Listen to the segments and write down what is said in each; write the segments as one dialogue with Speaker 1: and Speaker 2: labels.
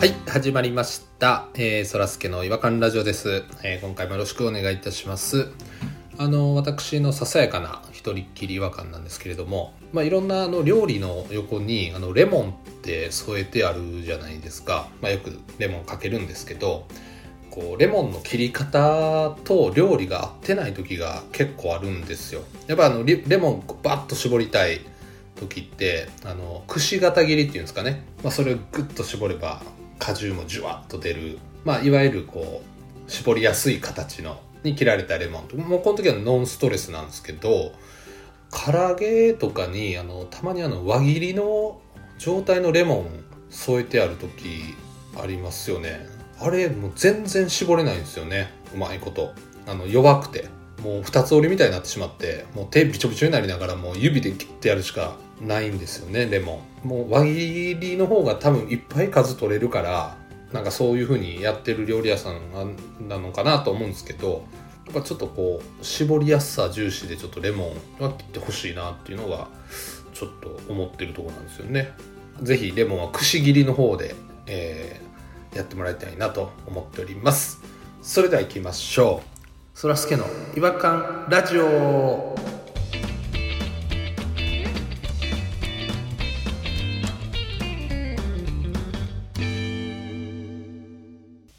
Speaker 1: はい、始まりました。えー、そらすけの違和感ラジオです、えー今回もよろしくお願いいたします。あの、私のささやかな一人っきり違和感なんですけれども、まあ、いろんなあの料理の横に、あの、レモンって添えてあるじゃないですか。まあ、よくレモンかけるんですけど、こうレモンの切り方と料理が合ってない時が結構あるんですよやっぱあのレレモンをバッと絞りたい時ってあのくし形切りっていうんですかね、まあ、それをグッと絞れば果汁もジュワッと出る、まあ、いわゆるこう絞りやすい形のに切られたレモンもうこの時はノンストレスなんですけど唐揚げとかにあのたまにあの輪切りの状態のレモン添えてある時ありますよねあれもう全然絞れないんですよねうまいことあの弱くてもう二つ折りみたいになってしまってもう手びちょびちょになりながらもう指で切ってやるしかないんですよねレモンもう輪切りの方が多分いっぱい数取れるからなんかそういう風にやってる料理屋さんななのかなと思うんですけどやっぱちょっとこう絞りやすさ重視でちょっとレモンは切ってほしいなっていうのがちょっと思ってるところなんですよねぜひレモンはくし切りの方で、えーやってもらいたいなと思っておりますそれでは行きましょうそらすけの違和感ラジオ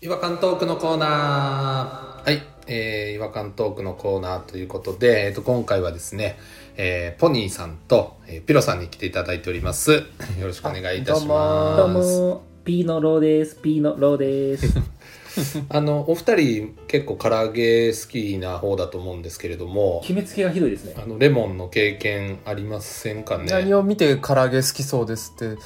Speaker 1: 違和感トークのコーナーはい、えー、違和感トークのコーナーということで、えー、と今回はですね、えー、ポニーさんと、えー、ピロさんに来ていただいております よろしくお願いいたします
Speaker 2: どうもピーノローですピーノローです
Speaker 1: あのお二人結構唐揚げ好きな方だと思うんですけれども
Speaker 2: 決めつけがひどいですね
Speaker 1: あのレモンの経験ありませんかね
Speaker 3: 何を見て唐揚げ好きそうですって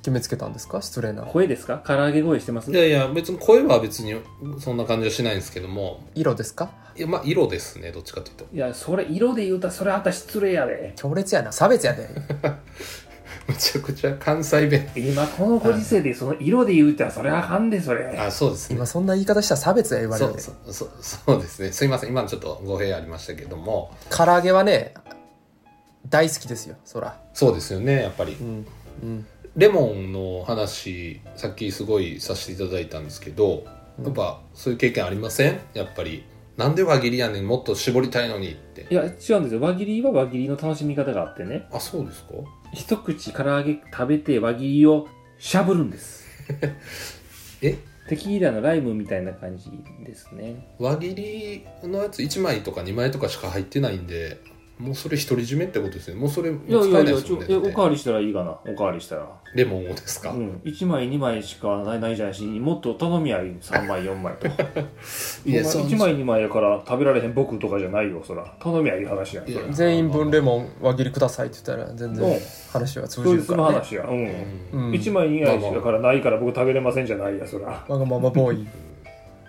Speaker 3: 決めつけたんですか失礼な
Speaker 2: 声ですか唐揚げ声してます
Speaker 1: いやいや別に声は別にそんな感じはしないんですけども
Speaker 3: 色ですか
Speaker 1: いやまあ色ですねどっちかというと
Speaker 2: いやそれ色で言うたらそれあんた失礼やで
Speaker 3: 強烈やな差別やで
Speaker 1: むちゃくちゃ関西弁
Speaker 2: 今このご時世でその色で言うたらそれあかんでそれ
Speaker 1: あそうですね
Speaker 3: 今そんな言い方したら差別や言われ
Speaker 1: そ
Speaker 3: る
Speaker 1: う
Speaker 3: で
Speaker 1: そうそうそうですねすいません今ちょっと語弊ありましたけども
Speaker 3: 唐揚げはね大好きですよそら
Speaker 1: そうですよねやっぱり
Speaker 3: うんうん
Speaker 1: レモンの話さっきすごいさせていただいたんですけど
Speaker 3: うん
Speaker 1: やっぱそういう経験ありませんやっぱりなんで輪切りやねんもっと絞りたいのにって
Speaker 2: いや違うんですよ輪切りは輪切りの楽しみ方があってね
Speaker 1: あそうですか
Speaker 2: 一口唐揚げ食べて輪切りをしゃぶるんです
Speaker 1: え
Speaker 2: テキーラのライムみたいな感じですね
Speaker 1: 輪切りのやつ1枚とか2枚とかしか入ってないんでもうそれ独り占めってことですよねもうそれ使
Speaker 2: いや
Speaker 1: え
Speaker 2: い
Speaker 1: な
Speaker 2: や
Speaker 1: い
Speaker 2: いや
Speaker 1: です
Speaker 2: ち
Speaker 1: もん
Speaker 2: ょ
Speaker 1: ね
Speaker 2: えお
Speaker 1: だって
Speaker 2: かわりしたらいいかなおかわりしたら
Speaker 1: レモンをですか、
Speaker 2: うん、1枚2枚しかないないじゃないしもっと頼みやい3枚4枚と
Speaker 1: いや
Speaker 2: お前
Speaker 1: そう
Speaker 2: 1枚2枚やから食べられへん僕とかじゃないよそら頼みやいい話やん
Speaker 1: い
Speaker 2: そ
Speaker 1: や
Speaker 2: ら
Speaker 3: 全員分レモン輪切りくださいって言ったら全
Speaker 2: うん
Speaker 3: 然話は通
Speaker 2: そ
Speaker 3: じ
Speaker 2: うで
Speaker 3: る
Speaker 2: す
Speaker 3: か
Speaker 2: の
Speaker 3: ら、ね
Speaker 2: 話やうん、
Speaker 1: うん
Speaker 3: うん、
Speaker 2: 1枚2枚しかからないから僕食べれませんじゃないやそら
Speaker 3: わがままボーイ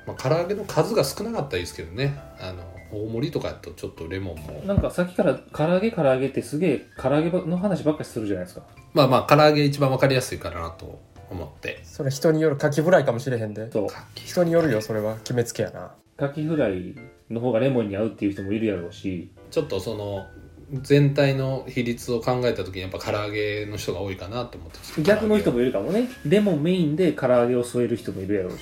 Speaker 1: まあ、唐揚げの数が少なかったらいいですけどねあの大盛りとかやとちょっとレモンも
Speaker 2: なんかさっきから唐揚げ唐揚げってすげえ唐揚げの話ばっかりするじゃないですか
Speaker 1: まあまあ唐揚げ一番わかりやすいかなと思って
Speaker 3: それ人によるカキフライかもしれへんで
Speaker 2: そう
Speaker 3: 人によるよそれは決めつけやな
Speaker 2: カキフライの方がレモンに合うっていう人もいるやろうし
Speaker 1: ちょっとその全体の比率を考えた時にやっぱ唐揚げの人が多いかなと思ってます
Speaker 2: 逆の人もいるかもねレモンメインで唐揚げを添える人もいるやろうし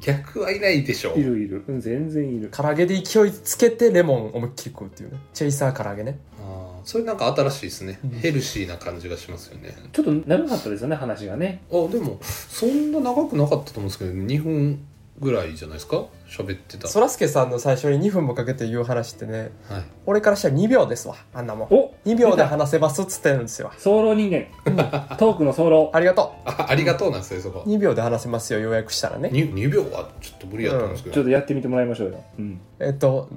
Speaker 1: 逆はいないでしょ
Speaker 2: いるいるうん全然いる
Speaker 3: 唐揚げで勢いつけてレモン思いっきり食うっていうねチェイサー唐揚げね
Speaker 1: あーそれなんか新しいですね、
Speaker 3: うん
Speaker 1: ヘルシーな感じがしますよね
Speaker 2: ちょっと長かったですよね話がね
Speaker 1: あでもそんな長くなかったと思うんですけど2分ぐらいじゃないですか喋ってた
Speaker 3: そらすけさんの最初に2分もかけて言う話ってね
Speaker 1: はい
Speaker 3: 俺からしたら2秒ですわあんなもん
Speaker 2: お
Speaker 3: 2秒で話せますっつってるんですよ
Speaker 2: 早漏人間、トークの早漏
Speaker 3: ありがと
Speaker 1: あありがとうなんですねそこ
Speaker 3: う2秒で話せますよようやくしたらね
Speaker 1: 2, 秒はちょっと無理やったんですけ
Speaker 2: ちょ
Speaker 1: ど、
Speaker 2: っとやってみてもらいましょうよ、うん、
Speaker 3: えっと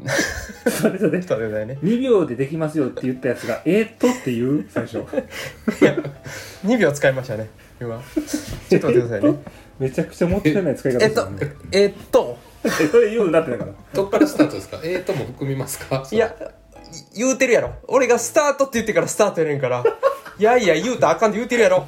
Speaker 2: それそれ
Speaker 3: ちょっとね
Speaker 2: 2秒でできますよって言ったやつが「えーっと」って言う最初
Speaker 3: 2秒使いましたね今ちょっと待ってくださいね
Speaker 2: めちゃくちゃ持ってない使い方
Speaker 3: え
Speaker 2: で
Speaker 3: っ
Speaker 2: すよ
Speaker 3: と
Speaker 2: ね、
Speaker 3: えっと
Speaker 2: それ言うなってだから
Speaker 1: どっからスタートですかえーとも含みますか
Speaker 3: いや言うてるやろ俺がスタートって言ってからスタートやねん からいやいや言うたらあかんって言うてるやろ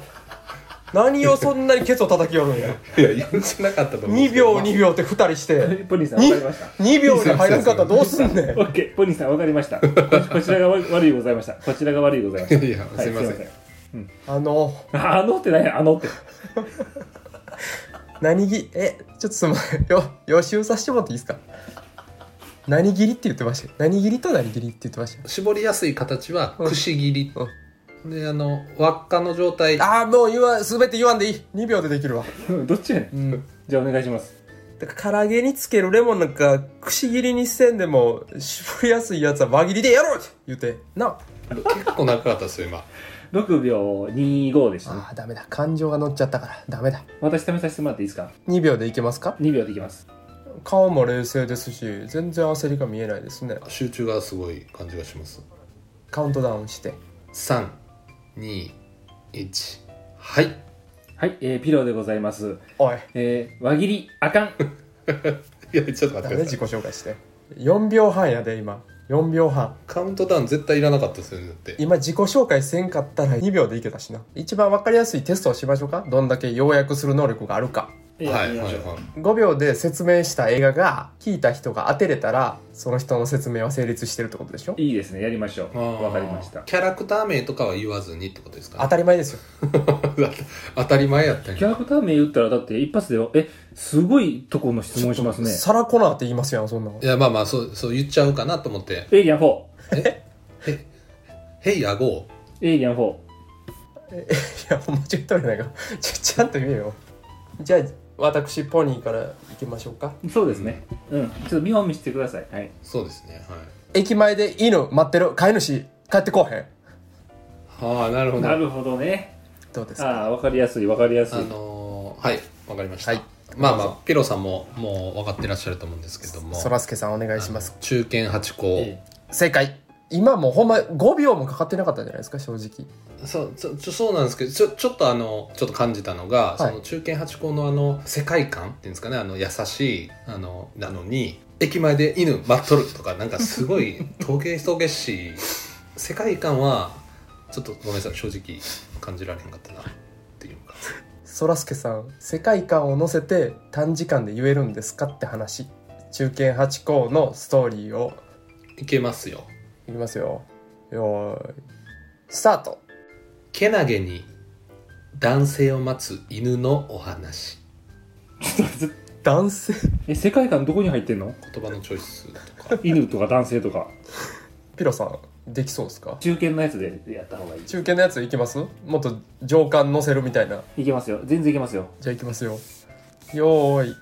Speaker 3: 何をそんなにケツを叩きよるん や
Speaker 1: いや言ってなかったと思うんで
Speaker 3: 2
Speaker 1: すけど
Speaker 3: 秒2秒って2人して
Speaker 2: ポニーさん分かりました
Speaker 3: 2秒で入らんかったらどうすんねん
Speaker 2: オッケーポニーさん分かりましたここちらがわ悪いございましたこちらが悪いご ざいました
Speaker 1: いやすいません
Speaker 2: はい、すいま
Speaker 3: あの
Speaker 2: せんあのって何やあのって
Speaker 3: 何ぎえちょっとすんません よ予習させてもらっていいですか何切りって言ってました何切りと何切りって言ってました
Speaker 1: 絞りやすい形は
Speaker 3: うん
Speaker 1: くし切り、であの輪っかの状態
Speaker 3: ああもう言わ全て言わんでいい2秒でできるわ
Speaker 2: どっちやねん
Speaker 3: うん
Speaker 2: じゃあお願いします
Speaker 3: だから唐揚げにつけるレモンなんかくし切りにせんでも絞りやすいやつは輪切りでやろうって言うてな
Speaker 1: 結構長かったですよ今
Speaker 2: 6秒25でしたね
Speaker 3: ああダメだ感情が乗っちゃったからダメだ
Speaker 2: 私試させてもらっていいですか
Speaker 3: 2秒でいけますか
Speaker 2: 2秒でいきます
Speaker 3: 顔も冷静ですし全然焦りが見えないですね
Speaker 1: 集中がすごい感じがします
Speaker 3: カウントダウンして
Speaker 1: 321はい
Speaker 2: はい、えー、ピローでございます
Speaker 3: おい
Speaker 2: えー、輪切りあ かん
Speaker 1: いやちょっと
Speaker 3: ダ
Speaker 1: 待っ
Speaker 3: メ
Speaker 1: てくださ
Speaker 3: 自己
Speaker 1: い
Speaker 3: 紹介して4秒半やで今4秒半
Speaker 1: カウントダウン絶対いらなかったですよねだって
Speaker 3: 今自己紹介せんかったら2秒でいけたしな一番分かりやすいテストをしましょうかどんだけ要約する能力があるか
Speaker 1: はい
Speaker 2: や
Speaker 1: はい
Speaker 2: りま
Speaker 1: は
Speaker 2: し
Speaker 1: い
Speaker 2: ょう
Speaker 3: 5秒で説明した映画が聞いた人が当てれたらその人の説明は成立してるってことでしょ
Speaker 2: いいですねやりましょ
Speaker 1: あ
Speaker 2: う
Speaker 1: ー
Speaker 2: わかりました
Speaker 1: キャラクター名とかは言わずにってことですか、
Speaker 3: 当たり前ですよ
Speaker 1: 当たり前やったん
Speaker 2: キ
Speaker 1: や
Speaker 2: ャラクター名言ったらだって一発でえすごいとこの質問しますね
Speaker 3: サラコナーって言いますやんそんなの
Speaker 1: いやまあまあそうそう言っちゃうかなと思って
Speaker 2: エイリアン4
Speaker 1: 「ヘイアゴ
Speaker 2: エイリアン4
Speaker 3: いや間違えとるやないか ちょちゃんと言えよじゃあ私ポニーから行きましょうか
Speaker 2: そうですねうん、ちょっと見本見せてくださいはい
Speaker 1: そうですねはい
Speaker 3: 駅前で犬待ってる飼い主帰ってこうへん
Speaker 1: ああなるほど
Speaker 2: なるほどね
Speaker 3: どうですか
Speaker 2: ああわかりやすいわかりやす
Speaker 1: あ
Speaker 2: い
Speaker 1: のーはいわかりました、
Speaker 3: はい
Speaker 1: まあまあピロさんももう分かってらっしゃると思うんですけども
Speaker 3: そらすけさんお願いします
Speaker 1: 中堅八高、
Speaker 2: え
Speaker 3: 正解今もうほんま5秒もかかってなかったんじゃないですか正直
Speaker 1: そうちょちょそうなんですけどちょちょっとあのちょっと感じたのが、
Speaker 3: い
Speaker 1: その中堅八高のあの世界観っていうんですかねあの優しいあのなのに駅前で犬待っとるとかなんかすごいトゲトゲしい世界観はちょっとごめんなさい正直感じられへんかったなっていうか
Speaker 3: そらすけさん世界観を乗せて短時間で言えるんですかって話中堅八高のストーリーを
Speaker 1: いけますよ
Speaker 3: いきますよよーいスタート
Speaker 1: けなげに男性を待つ犬のお話
Speaker 2: ちょっとず
Speaker 3: 男性
Speaker 2: え世界観どこに入ってんの
Speaker 1: 言葉のチョイスとか
Speaker 2: 犬とか男性とか
Speaker 3: ピロさんできそうですか
Speaker 2: 中堅のやつでやった方がいい
Speaker 3: 中堅のやついきますもっと情感乗せるみたいない
Speaker 2: けますよ全然いけますよ
Speaker 3: じゃあいきますよよーい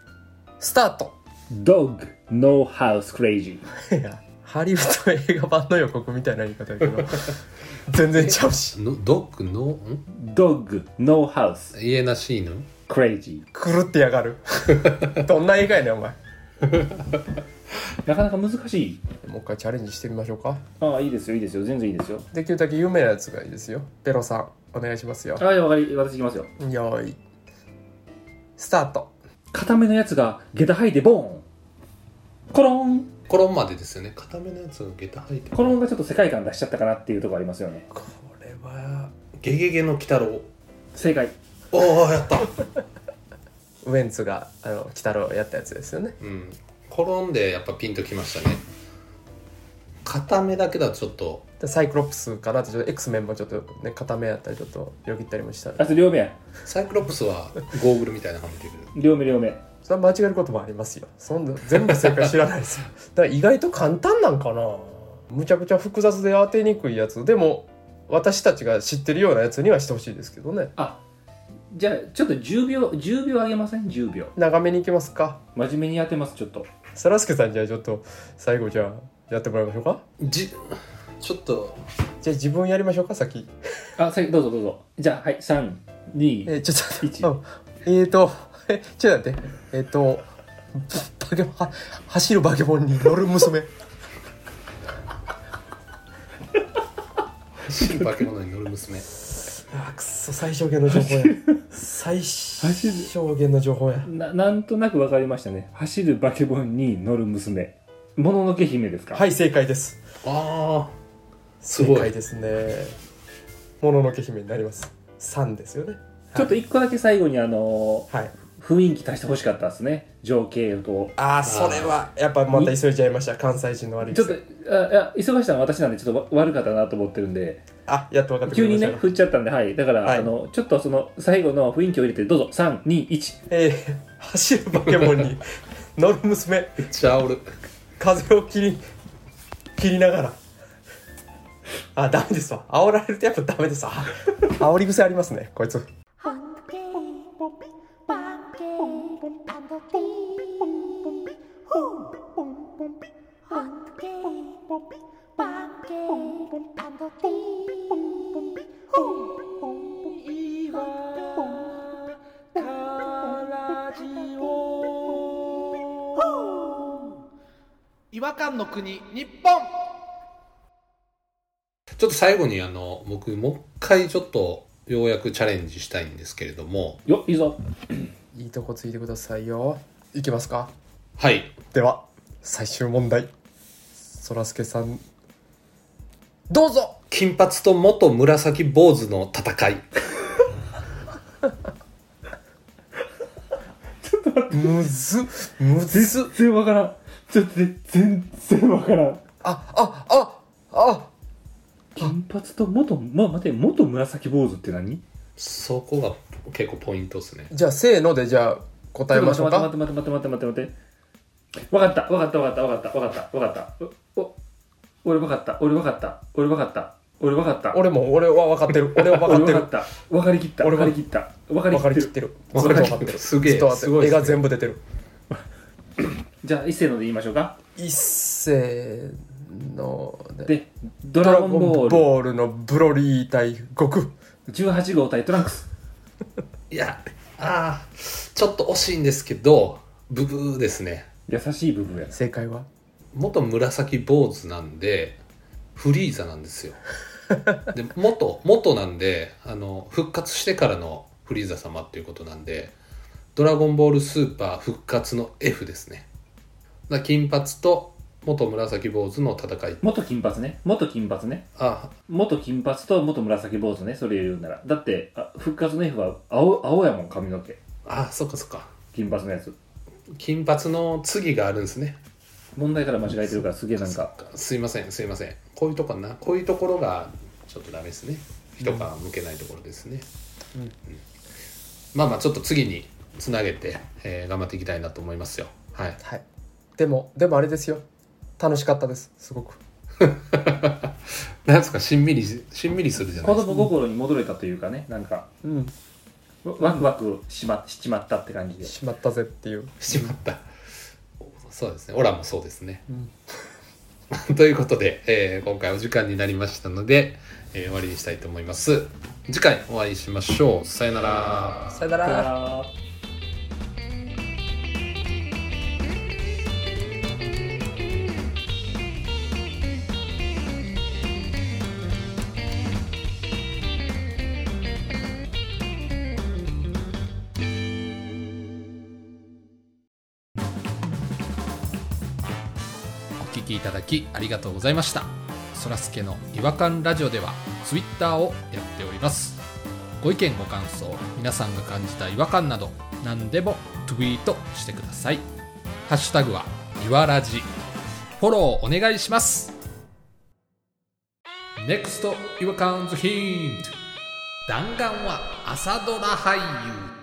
Speaker 3: スタート
Speaker 2: Dog No House Crazy
Speaker 3: いやハリウッド映画版の予告みたいな言い方やけど全然ちゃうし
Speaker 1: のドッグのん
Speaker 2: Dog No House
Speaker 1: 家なし犬
Speaker 2: Crazy
Speaker 3: 狂ってやがるどんな映画やねんお前
Speaker 2: なかなか難しい
Speaker 3: もう一回チャレンジしてみましょうか
Speaker 2: ああいいですよいいですよ全然いいですよ
Speaker 3: できるだけ有名なやつがいいですよペロさんお願いしますよ
Speaker 2: ああわかり私いきますよ
Speaker 3: よーいスタート
Speaker 2: 固めのやつが下駄履いてボーンコロン
Speaker 1: コロンまでですよね固めのやつを下駄履いて
Speaker 2: コロンがちょっと世界観出しちゃったかなっていうところありますよね
Speaker 3: これは
Speaker 1: ゲゲゲの鬼太郎
Speaker 2: 正解
Speaker 1: おおやった
Speaker 3: ウエンツがあの鬼太郎やったやつですよね
Speaker 1: うん転んでやっぱピンときましたね片目だけだとちょっと
Speaker 3: でサイクロプスかなってちょっと X メンもちょっとね固めやったりちょっとよぎったりもしたんで
Speaker 2: あと両目や
Speaker 1: サイクロプスはゴーグルみたいなのはめてくる
Speaker 2: 両目両目
Speaker 3: それは間違えることもありますよそんな全部正解知らないですよ だから意外と簡単なんかなむちゃくちゃ複雑で当てにくいやつでも私たちが知ってるようなやつにはしてほしいですけどね
Speaker 2: あじゃあちょっと10秒10秒あげません10秒
Speaker 3: 長めにいきますか
Speaker 2: 真面目に当てますちょっと
Speaker 3: そらすけさんじゃあちょっと最後じゃあやってもらいましょうか
Speaker 1: じちょっと
Speaker 3: じゃあ自分やりましょうか先
Speaker 2: あさどうぞどうぞじゃあはい321
Speaker 3: えーちょっと待って
Speaker 2: 一
Speaker 3: うんえっ、ー、と えちょっと待ってえっ、ー、とバケモンは走るバケモンに乗る娘
Speaker 1: 走る化け物に乗る娘
Speaker 3: あくそ最小限の情報や最小限の情報や
Speaker 2: ななんとなく分かりましたね走るバケモンに乗る娘もののけ姫ですか
Speaker 3: はいい正解です
Speaker 1: ああす
Speaker 3: 正
Speaker 1: ごい
Speaker 3: 解ですねもののけ姫になります3ですよね
Speaker 2: ちょっと1個だけ最後にあの
Speaker 3: はい
Speaker 2: 雰囲気足してほしかったですね情景と
Speaker 3: ああそれはやっぱまた急いじゃいました関西人の悪い
Speaker 2: ち
Speaker 3: 癖
Speaker 2: ょっとあいや忙しさは私なんでちょっとわ悪かったなと思ってるんで
Speaker 3: あやっと分かってく
Speaker 2: 急
Speaker 3: れま
Speaker 2: に
Speaker 3: した
Speaker 2: ね
Speaker 3: よ、
Speaker 2: 振っちゃったんではいだから、
Speaker 3: はい
Speaker 2: あのちょっとその最後の雰囲気を入れてどうぞ321
Speaker 3: えー走るバケモン に乗る娘
Speaker 1: めっちゃ煽る
Speaker 3: 風を切り切りながらあダメですわ煽られるとやっぱダメですわ 煽り癖ありますねこいつ
Speaker 4: Hunky,
Speaker 1: 違和感の国日本ちょっと最後にあの僕もう一回ちょっとようやくチャレンジしたいんですけれども
Speaker 2: よいいぞ
Speaker 3: いいとこついてくださいよいきますか
Speaker 1: はい
Speaker 3: では最終問題そらすけさんどうぞ
Speaker 1: 金髪と元紫坊主の戦い
Speaker 3: むずむず
Speaker 2: 全然わからんちょっと全然わからん
Speaker 3: ああああ
Speaker 2: 金髪と元ま待て元紫坊主って何
Speaker 1: そこが結構ポイントですね
Speaker 3: じゃあせーのでじゃあ答えましょう
Speaker 2: 待っ
Speaker 3: か
Speaker 2: て待って待って待って待って待って待ってわかったわかったわかったわかったわかったわかったおお俺わかった俺わかった俺わかった俺わかった
Speaker 3: 俺も俺は分かってる俺は分かってる
Speaker 2: 俺わかったわかりきった
Speaker 3: 俺
Speaker 2: わ
Speaker 3: は
Speaker 2: かりきったわかり
Speaker 3: 分
Speaker 2: き
Speaker 3: か
Speaker 2: っ
Speaker 3: り
Speaker 2: て
Speaker 3: きっ
Speaker 2: る
Speaker 3: てる分かりきってる
Speaker 1: すげえ
Speaker 3: ずっと分かってる
Speaker 1: すごいっす
Speaker 3: 絵
Speaker 1: ね
Speaker 3: が全部出てる
Speaker 2: じゃあ一斉ので言いましょうか
Speaker 3: 一世ので
Speaker 2: で
Speaker 3: ド
Speaker 2: ドラ
Speaker 3: ラ
Speaker 2: ゴ
Speaker 3: ゴ
Speaker 2: ン
Speaker 3: ン
Speaker 2: ボール
Speaker 3: ボールのブロリー対悟空
Speaker 2: 18号対トランクス
Speaker 1: いやあーちょっと惜しいんですけどブブーですね
Speaker 2: 優しい部分や
Speaker 3: 正解は
Speaker 1: 元紫坊主なんでフリーザなんですよで元元なんであの復活してからのフリーザ様っていうことなんで「ドラゴンボールスーパー復活」の F ですねだから金髪と元紫坊主の戦い
Speaker 2: 元金髪ね元金髪ね
Speaker 1: あ
Speaker 2: 元金髪と元紫坊主ねそれ言うならだってあ復活の F は青青やもん髪の毛
Speaker 1: あそっかそっか
Speaker 2: 金髪のやつ
Speaker 1: 金髪の次があるんですね
Speaker 2: 問題から間違えてるからすげえなんか
Speaker 1: すいませんすいませんこういうとこなこういうところがちょっとダメですね人が向けないところですね、
Speaker 3: うん
Speaker 1: うんまあまあちょっと次につなげて、えー頑張っていきたいなと思いますよはい
Speaker 3: はいでもでもあれですよ楽しかったですすごく
Speaker 1: なんですかしんみりしんみりするじゃな
Speaker 2: 子
Speaker 1: いですか
Speaker 2: 供心に戻れたというかねなんか
Speaker 3: うん
Speaker 2: わワクワクしましちまったって感じで
Speaker 3: しまったぜっていう
Speaker 1: しまったそうですねオラもそうですね、
Speaker 3: うん
Speaker 1: ということで、えー今回お時間になりましたので、えー終わりにしたいと思います次回お会いしましょうさよなら
Speaker 3: さよなら
Speaker 2: あ
Speaker 1: お聞きいただきありがとうございましたそらすけの違和感ラジオではツイッターをやっておりますご意見ご感想皆さんが感じた違和感など何でもツイートしてくださいハッシュタグはいわらじフォローお願いします NEXT 違和感ズヒント弾丸は朝ドラ俳優